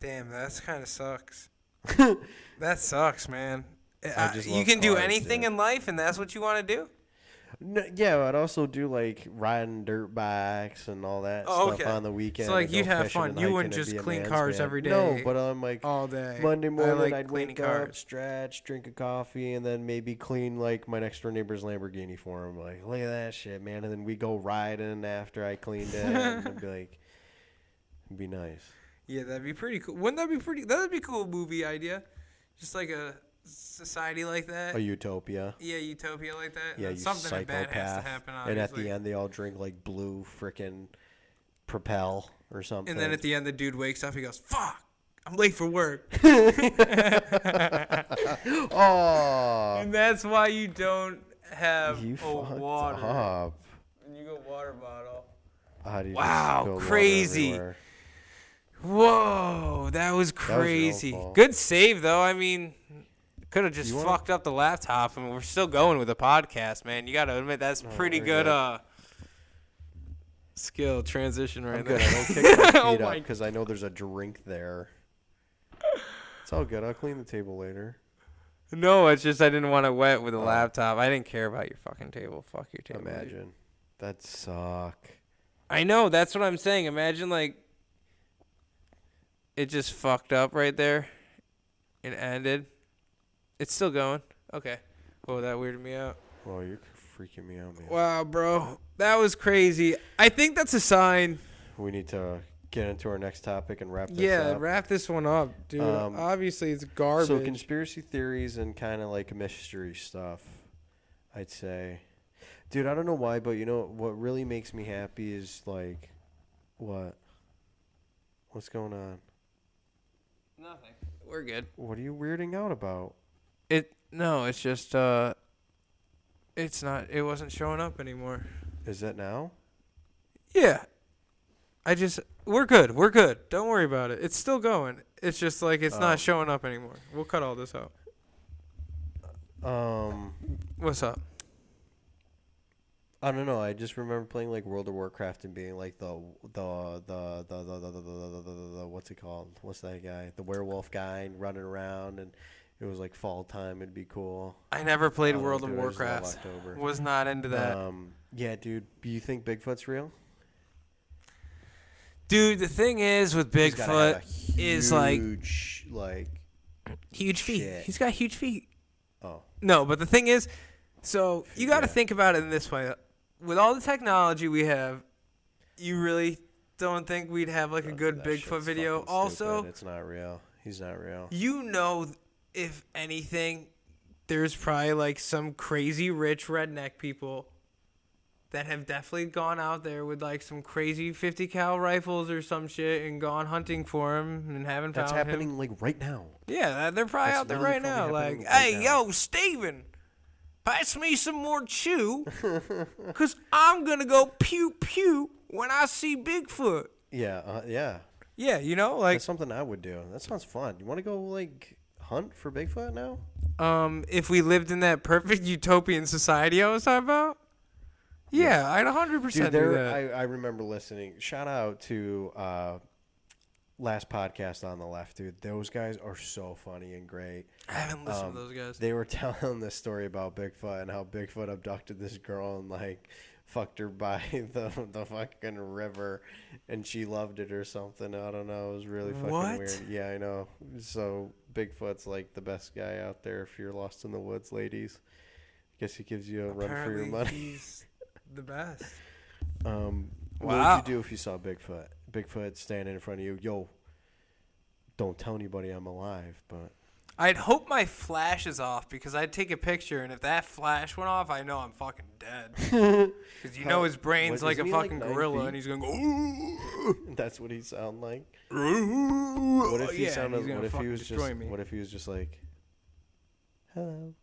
S1: Damn, that's kind of sucks. that sucks, man. I-
S2: just
S1: you
S2: love
S1: can do
S2: cars,
S1: anything
S2: dude.
S1: in life, and that's what you want to do.
S2: No, yeah, I'd also do like riding dirt bikes and all that
S1: Oh,
S2: stuff
S1: okay.
S2: on the weekend.
S1: like,
S2: and go
S1: you'd have
S2: fishing
S1: fun.
S2: and
S1: You
S2: hiking
S1: wouldn't
S2: and
S1: just
S2: be a
S1: clean
S2: man's
S1: cars
S2: man.
S1: every
S2: No,
S1: day.
S2: but on like
S1: All day.
S2: Monday morning,
S1: I like
S2: I'd
S1: cleaning
S2: wake up,
S1: cars.
S2: stretch, drink a coffee, and then maybe clean like my next door neighbor's Lamborghini for him. Like, look at that shit, man. And then we go riding after I cleaned it. and I'd be like, it'd be nice.
S1: Yeah, that'd be pretty cool. Wouldn't that be pretty? That'd be a cool movie idea. Just like a society like that.
S2: A utopia.
S1: yeah, utopia like that. and
S2: Oh, Yeah,
S1: then
S2: you
S1: something bad has to
S2: psychopath.
S1: happen.
S2: and at
S1: obviously.
S2: the end, they all drink like blue frickin' propel or something.
S1: and then at the end, the dude wakes up. He goes, "Fuck, I'm late for work."
S2: oh,
S1: and that's why you don't have
S2: you
S1: a
S2: fucked
S1: water.
S2: up.
S1: You go water bottle.
S2: How do you just
S1: Wow,
S2: spill water
S1: crazy.
S2: everywhere?
S1: Whoa, that was crazy.
S2: fault.
S1: Good save though. I mean, could have just
S2: You wanna-
S1: fucked up the laptop, and we're still going with the podcast, man. You got to admit that's pretty
S2: we're
S1: good.
S2: good.
S1: Uh, skill transition right
S2: I'm
S1: there.
S2: good. I don't kick my feet
S1: Oh
S2: up
S1: my-
S2: because I know there's a drink there. It's all good. I'll clean the table later.
S1: No, it's just I didn't want to wet with a laptop. I didn't care about your fucking table. Fuck your table. dude.
S2: Oh. Imagine. That suck.
S1: I know. That's what I'm saying. Imagine like it just fucked up right there and ended. It's still going. Okay. Whoa, that weirded me out.
S2: Oh, you're freaking me out, man.
S1: Wow, bro. That was crazy. I think that's a sign.
S2: We need to get into our next topic and wrap this
S1: yeah,
S2: up.
S1: wrap this one up, dude.
S2: Um,
S1: Obviously, it's garbage.
S2: So conspiracy theories and kind of like mystery stuff, I'd say. Dude, I don't know why, but you know what really makes me happy is like, what? What's going on?
S1: Nothing. We're good.
S2: What are you weirding out about?
S1: It no, it's just uh it's not it wasn't showing up anymore.
S2: Is that now?
S1: Yeah. I just we're good. We're good. Don't worry about it. It's still going. It's just like it's
S2: Oh.
S1: not showing up anymore. We'll cut all this out.
S2: Um,
S1: What's up?
S2: I don't know. I just remember playing like World of Warcraft and being like the the the the the the, the, the, the, the, the, the what's it called? What's that guy? The werewolf guy and running around and it was like fall time. It'd be cool.
S1: I never played
S2: I don't
S1: World
S2: do
S1: of
S2: it, I just love
S1: Warcraft.
S2: October.
S1: Was not into that.
S2: Um, yeah, dude. Do you think Bigfoot's real?
S1: Dude, the thing is with
S2: He's gotta have
S1: Bigfoot,
S2: a
S1: is, like-
S2: huge, like
S1: huge feet.
S2: shit.
S1: He's got huge feet.
S2: oh
S1: No, but the thing is, so you got to
S2: Yeah.
S1: think about it in this way. With all the technology we have, you really don't think we'd have like a
S2: that-
S1: good
S2: that shit's
S1: Bigfoot video.
S2: fucking stupid.
S1: Also,
S2: it's not real. He's not real.
S1: you know, th- if anything, there's probably like some crazy rich redneck people that have definitely gone out there with like some crazy 50 cal rifles or some shit and gone hunting for him and haven't
S2: That's
S1: found him.
S2: happening like right now.
S1: Yeah, that- they're probably
S2: That's
S1: out there
S2: literally
S1: right now.
S2: probably
S1: Like,
S2: happening right
S1: hey,
S2: now."
S1: yo, Steven, pass me some more chew, because I'm going to go pew pew when I see Bigfoot.
S2: Yeah, uh, yeah.
S1: Yeah, you know, like,
S2: That's something I would do. That sounds fun. You want to go like hunt for Bigfoot now?
S1: um, if we lived in that perfect utopian society I was talking about, yeah, I'd 100%
S2: Dude,
S1: do
S2: there
S1: that.
S2: I, I remember listening. Shout out to uh last podcast on the left, dude. Those guys are so funny and great.
S1: I haven't listened
S2: Um,
S1: to those guys.
S2: They were telling this story about Bigfoot and how Bigfoot abducted this girl and like fucked her by the the fucking river, and she loved it or something. I don't know. It was really fucking
S1: What?
S2: weird. Yeah, I know. So Bigfoot's like the best guy out there if you're lost in the woods, ladies. Guess he gives you a run for your
S1: Apparently
S2: money.
S1: He's the best.
S2: Um, What
S1: Wow.
S2: would you do if you saw Bigfoot? Bigfoot standing in front of you. Yo, don't tell anybody I'm alive, but
S1: I'd hope my flash is off because I'd take a picture, and if that flash went off, I know I'm fucking dead. Because you
S2: How-
S1: know his brain's
S2: what,
S1: like a
S2: isn't he like
S1: fucking
S2: nine
S1: gorilla,
S2: feet?
S1: and he's going. Go,
S2: that's what he sound like.
S1: what
S2: What if he sounded?
S1: Oh, gonna
S2: What if he
S1: fucking
S2: was
S1: destroy
S2: just?
S1: me.
S2: What if he was just like, "Hello,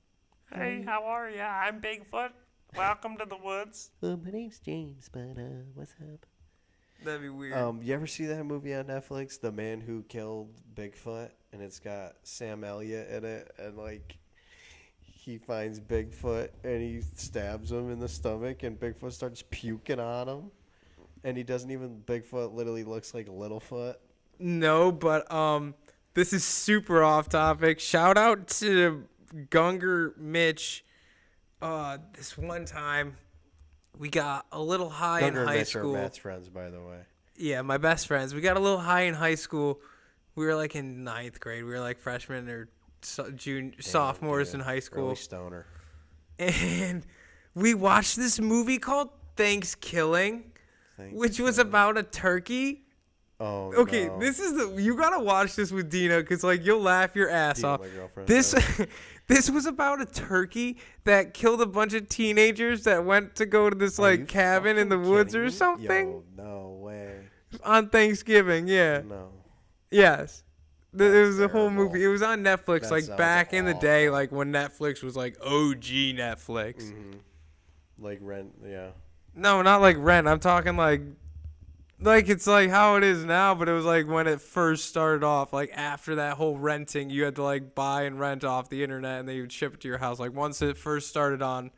S3: Hey, how are ya? I'm Bigfoot. Welcome to the woods.
S4: Uh, my name's James, but uh, what's up?
S1: That'd be weird.
S2: um, you ever see that movie on Netflix, The Man Who Killed Bigfoot?" And it's got Sam Elliott in it, and like. He finds Bigfoot and he stabs him in the stomach, and Bigfoot starts puking on him. And he doesn't even. Bigfoot literally looks like Littlefoot.
S1: No, but um, this is super off topic. Shout out to Gunger Mitch. Uh, this one time, we got a little high
S2: Gunger
S1: in
S2: and
S1: high
S2: Mitch
S1: school.
S2: are Matt's friends, by the way.
S1: Yeah, my best friends. We got a little high in high school. We were like in ninth grade. We were like freshmen or so, junior, sophomores in high school,
S2: Early stoner.
S1: and we watched this movie called Thanksgiving,
S2: Thank
S1: which was about a turkey.
S2: Oh,
S1: Okay,
S2: no.
S1: this is the you gotta watch this with Dina because like you'll laugh your ass
S2: Dina,
S1: off.
S2: my girlfriend,
S1: This this was about a turkey that killed a bunch of teenagers that went to go to this
S2: you
S1: like cabin in the
S2: fucking
S1: woods
S2: kidding
S1: or
S2: me?
S1: something
S2: Yo, no way.
S1: on Thanksgiving. Yeah,
S2: No.
S1: yes, Th- it
S2: That's
S1: was a whole
S2: terrible.
S1: movie. It was on Netflix
S2: That
S1: like
S2: sounds
S1: back in the day,
S2: awful.
S1: like when Netflix was like OG Netflix.
S2: Mm-hmm. Like rent, yeah.
S1: No, not like Rent. I'm talking like like it's like how it is now, but it was like when it first started off, like after that whole renting, you had to like buy and rent off the internet and they would ship it to your house. Like once it first started on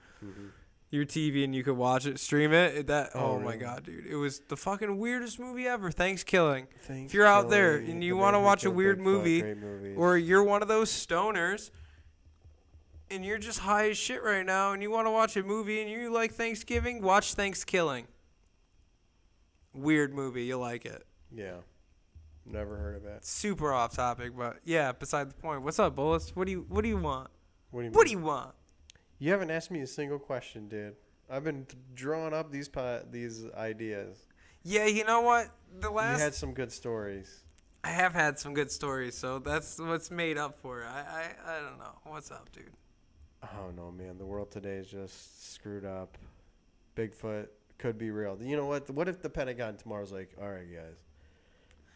S1: your TV and you could watch it, stream it, it- that oh,
S2: Mm-hmm. Oh,
S1: my
S2: really?
S1: god, dude. It was the fucking weirdest movie ever. Thanks killing. If you're out there
S2: Thanksgiving,
S1: and
S2: The
S1: you
S2: Man
S1: want to
S2: Who
S1: watch a
S2: Killed
S1: weird
S2: Bigfoot,
S1: movie
S2: great movies.
S1: or you're one of those stoners and you're just high as shit right now and you want to watch a movie and you like Thanksgiving, watch Thanksgiving. Weird movie, you'll like it.
S2: yeah. Never heard of it.
S1: Super off topic, but yeah, beside the point. What's up, Bullis? What do you what do you want?
S2: What do you
S1: What do
S2: mean?
S1: you want?
S2: You haven't asked me a single question, dude. I've been drawing up these po- these ideas.
S1: Yeah, you know what? The last
S2: you had some good stories.
S1: I have had some good stories, so that's what's made up for it. I, I I don't know. What's up, dude?
S2: Oh no, man! The world today is just screwed up. Bigfoot could be real. You know what? What if the Pentagon tomorrow's like, all right, guys,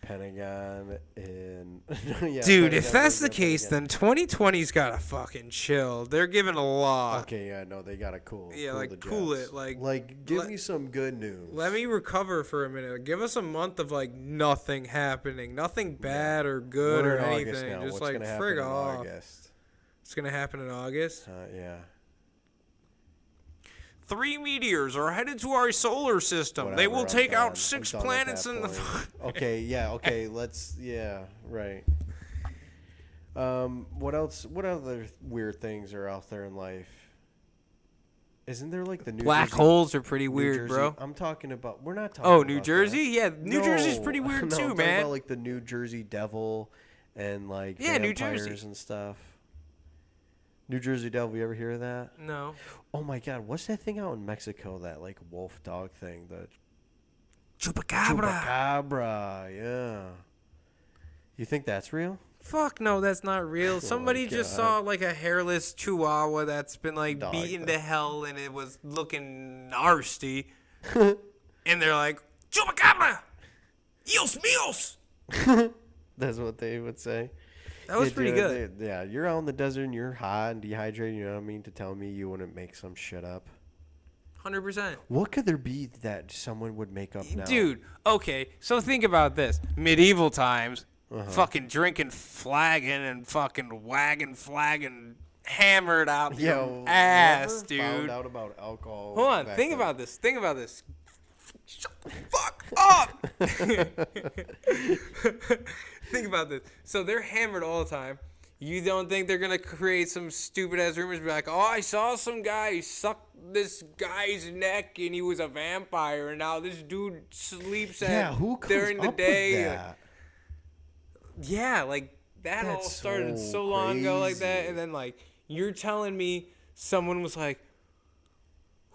S2: Pentagon in, yeah,
S1: Dude,
S2: Pentagon,
S1: if that's the
S2: Pentagon,
S1: case,
S2: Pentagon.
S1: then 2020's gotta fucking chill. They're giving a lot.
S2: okay, yeah, no, they gotta cool.
S1: Yeah,
S2: cool
S1: like,
S2: the
S1: cool
S2: jets.
S1: it, like,
S2: like give
S1: let-
S2: me some good news.
S1: Let me recover for a minute. Give us a month of like nothing happening, nothing bad or good
S2: We're
S1: or
S2: in August
S1: anything.
S2: now.
S1: Just
S2: What's
S1: like
S2: gonna happen
S1: frig
S2: in
S1: off.
S2: August?
S1: It's gonna happen in August.
S2: Uh, yeah,
S1: Three meteors are headed to our solar system. they
S2: whatever,
S1: will
S2: I'm
S1: take
S2: done. I'm
S1: out six
S2: done at
S1: planets
S2: that
S1: in the.
S2: point. okay, yeah, okay, let's yeah, right. Um, what else? What other weird things are out there in life? Isn't there like the New Jersey,
S1: holes are pretty
S2: New Jersey- Oh, I'm talking about. We're not talking.
S1: Oh, New
S2: about
S1: Jersey? Yeah, New Jersey's
S2: No,
S1: pretty weird
S2: no, I'm
S1: too,
S2: talking
S1: man.
S2: About, like the New Jersey Devil and like
S1: Yeah, New
S2: vampires
S1: Jersey.
S2: and stuff. New Jersey Devil. You ever hear of that?
S1: no,
S2: Oh my God, what's that thing out in Mexico? That like wolf dog thing. The
S1: chupacabra.
S2: Chupacabra, yeah. You think that's real?
S1: Fuck no, that's not real. Somebody just
S2: Oh God.
S1: saw like a hairless chihuahua that's been like
S2: Dog,
S1: beaten
S2: though.
S1: to hell and it was looking nasty. and they're like, Chupacabra! Eos míos!
S2: That's what they would say.
S1: That was
S2: Yeah,
S1: pretty
S2: dude,
S1: good.
S2: they- yeah, you're out in the desert and you're hot and dehydrated. You know what I mean? To tell me you wouldn't make some shit up.
S1: 100%.
S2: What could there be that someone would make up now?
S1: Dude, okay, so think about this. Medieval times,
S2: Uh-huh.
S1: fucking drinking flagon and fucking wagging flagon, hammered out
S2: Yo,
S1: your ass,
S2: whoever Found
S1: dude.
S2: out about alcohol.
S1: Hold on,
S2: Oh, back
S1: think
S2: then-
S1: about this. Think about this. shut the fuck up. think about this. So they're hammered all the time. You don't think they're gonna create some stupid ass rumors? Be like, oh, I saw some guy who sucked this guy's neck and he was a vampire, and now this dude sleeps at
S2: yeah, who comes
S1: during the
S2: up
S1: day.
S2: With that?
S1: Yeah, like that all
S2: That's
S1: started
S2: so
S1: so, long ago, like that,
S2: crazy.
S1: and then like you're telling me someone was like,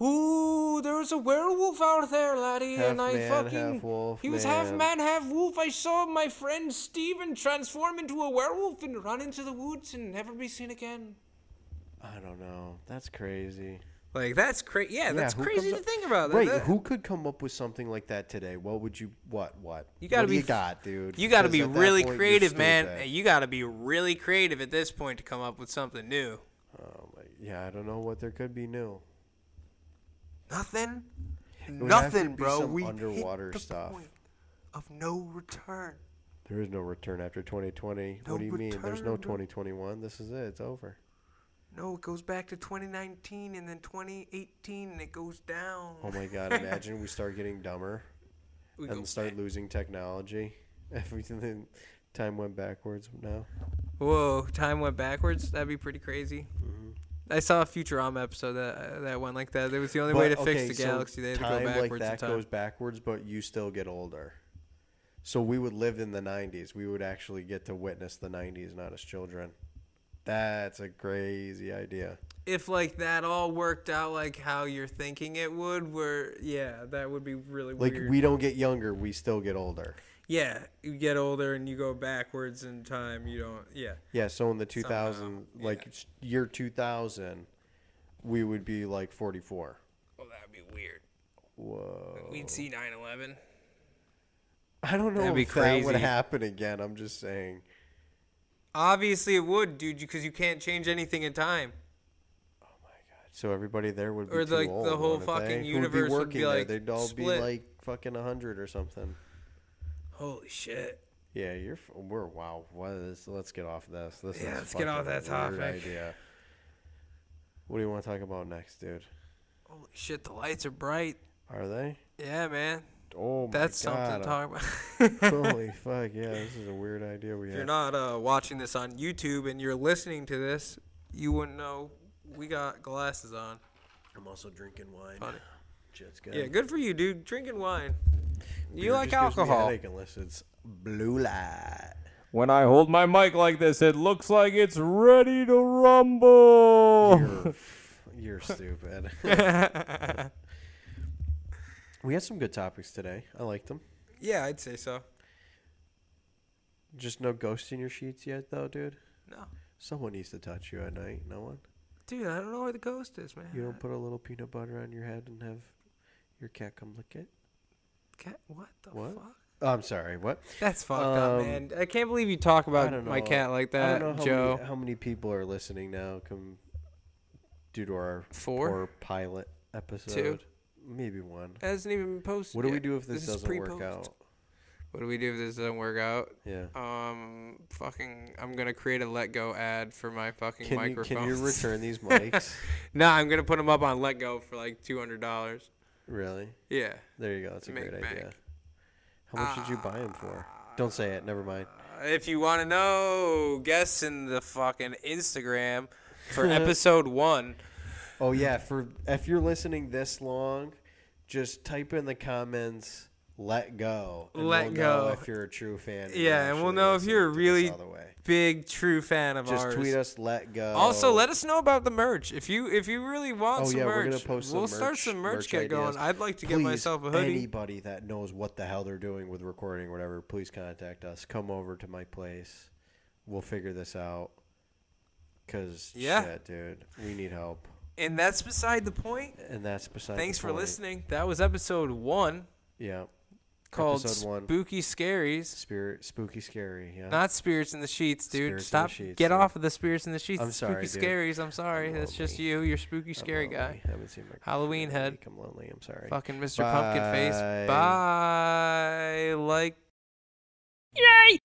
S1: "Ooh, there was a werewolf out there, laddie," and
S2: Half
S1: I
S2: man,
S1: fucking
S2: half wolf,
S1: he was half man,
S2: man."
S1: half wolf. I saw my friend Steven transform into a werewolf and run into the woods and never be seen again.
S2: I don't know. That's crazy.
S1: Like that's crazy. Yeah, that's
S2: who
S1: crazy
S2: comes
S1: to
S2: up-
S1: think about. That-
S2: Right,
S1: that-
S2: who could come up with something like that today? What would you? What? What?
S1: You gotta
S2: What do
S1: be
S2: You got, dude.
S1: You got to
S2: Because
S1: be
S2: at that
S1: really
S2: point, you're
S1: creative, man.
S2: stupid.
S1: You got to be really creative at this point to come up with something new.
S2: Oh my, yeah, I don't know what there could be new.
S1: Nothing.
S2: It would have to
S1: Nothing,
S2: be
S1: bro.
S2: some
S1: we
S2: underwater
S1: hit the
S2: stuff.
S1: point of no return.
S2: There is no return after 2020.
S1: No
S2: what do you mean? There's no
S1: return, bro.
S2: 2021. This is it. It's over.
S1: No, it goes back to 2019 and then 2018, and it goes down.
S2: Oh my God! Imagine we start getting dumber
S1: we go
S2: and start
S1: back.
S2: losing technology. Everything time went backwards now.
S1: Whoa, time went backwards. That'd be pretty crazy.
S2: Mm-hmm.
S1: I saw a Futurama episode that uh, that went like that. It was the only way to
S2: But,
S1: fix
S2: okay,
S1: the
S2: so
S1: galaxy. they had to go
S2: time
S1: backwards
S2: like
S1: in
S2: that
S1: time.
S2: goes backwards, but you still get older. So we would live in the 90s. We would actually get to witness the 90s, not as children. That's a crazy idea.
S1: if like that all worked out like how you're thinking it would, where yeah, that would be really
S2: Like
S1: weird.
S2: we don't get younger, we still get older.
S1: yeah, you get older and you go backwards in time. You don't. Yeah.
S2: Yeah, so in the 2000,
S1: Somehow,
S2: like s- year 2000, we would be like 44.
S1: Well, Oh, that'd be weird.
S2: Whoa.
S1: We'd see 9/11.
S2: I don't know
S1: That'd
S2: if
S1: be
S2: that would
S1: crazy.
S2: happen again. I'm just saying.
S1: Obviously, it would, dude, because you can't change anything in time.
S2: So everybody there would be
S1: Or,
S2: too
S1: like, the
S2: old,
S1: whole
S2: wouldn't
S1: fucking
S2: they? Who
S1: universe
S2: would
S1: would
S2: be working
S1: be, like,
S2: there. They'd all
S1: split.
S2: be like fucking 100 or something.
S1: Holy shit!
S2: Yeah, you're. f- We're wow. What is, let's get off this. This
S1: Yeah,
S2: is
S1: let's get off
S2: fucking
S1: that
S2: weird
S1: topic.
S2: Idea. What do you want to talk about next, dude?
S1: Holy shit! The lights are bright.
S2: Are they?
S1: Yeah, man.
S2: Oh my
S1: That's something
S2: god!
S1: to talk about.
S2: Holy fuck! Yeah, this is a weird idea we
S1: If
S2: had.
S1: you're not uh, watching this on YouTube and you're listening to this, you wouldn't know we got glasses on.
S2: I'm also drinking wine.
S1: Funny.
S2: Shit's good.
S1: Yeah, good for you, dude. Drinking wine. You
S2: Beer
S1: like
S2: just gives me a
S1: alcohol.
S2: headache unless it's blue light.
S5: When I hold my mic like this, it looks like it's ready to rumble.
S2: You're, you're stupid. we had some good topics today. I liked them.
S1: Yeah, I'd say so.
S2: Just no ghosts in your sheets yet, though, dude.
S1: No.
S2: Someone needs to touch you at night. No one.
S1: Dude, I don't know where the ghost is, man.
S2: You don't put a little peanut butter on your head and have your cat come lick it?
S1: Cat, what the
S2: What?
S1: fuck?
S2: Oh, I'm sorry. What?
S1: That's fucked up,
S2: Um,
S1: man. I can't believe you talk
S2: I
S1: about
S2: don't
S1: my
S2: know.
S1: cat like
S2: I
S1: that,
S2: don't know how
S1: Joe.
S2: Many, how many people are listening now come due to our
S1: Four?
S2: poor pilot episode? Maybe one.
S1: It hasn't even been posted.
S2: What do we
S1: yet.
S2: do if this,
S1: is
S2: doesn't work
S1: pre-post.
S2: out?
S1: What do we do if this doesn't work out?
S2: Yeah.
S1: Um, fucking, I'm gonna create a let go ad for my fucking
S2: Can you,
S1: microphone.
S2: can you return these mics?
S1: nah, I'm gonna put them up on let go for like two hundred dollars.
S2: really?
S1: Yeah.
S2: There you go. That's a
S1: Make
S2: great
S1: bank.
S2: idea. How much did you buy them for? Don't say it. Never mind.
S1: Uh, if you want to know, guess in the fucking Instagram for episode one.
S2: Oh yeah, for if you're listening this long, just type in the comments "let go." and
S1: Let
S2: we'll know
S1: go.
S2: if you're a true fan. and
S1: Yeah,
S2: you're
S1: and we'll
S2: actually
S1: know if you're
S2: listening to this
S1: really
S2: all the way.
S1: Big true fan of
S2: Just
S1: ours.
S2: tweet us "let go."
S1: Also, let us know about the merch. If you if you really want
S2: Oh,
S1: some
S2: yeah, we're
S1: merch,
S2: gonna post some
S1: we'll start
S2: merch-
S1: some merch,
S2: merch
S1: get going.
S2: ideas.
S1: I'd like to
S2: please,
S1: get myself a hoodie.
S2: Anybody that knows what the hell they're doing with recording or whatever, please contact us. Come over to my place. We'll figure this out. Cause
S1: Yeah.
S2: shit, dude, we need help.
S1: And that's beside the point.
S2: And that's beside. the
S1: Thanks for
S2: point.
S1: listening. That was episode one
S2: Yeah.
S1: called
S2: Episode one.
S1: Spooky Scaries.
S2: Spirit, spooky, scary. Yeah.
S1: Not spirits in the sheets, dude.
S2: Spirits in the
S1: Stop.
S2: sheets,
S1: get
S2: yeah.
S1: off of the spirits in the sheets.
S2: I'm
S1: the
S2: sorry,
S1: spooky
S2: dude.
S1: scaries. I'm sorry.
S2: I'm
S1: That's just
S2: lonely.
S1: you. You're spooky scary
S2: I'm
S1: guy.
S2: lonely. I haven't seen my
S1: Halloween
S2: girlfriend in a
S1: head.
S2: week. I'm lonely. I'm sorry.
S1: Fucking Mr. Pumpkin Face.
S2: Bye.
S1: Bye. Like.
S3: Yay!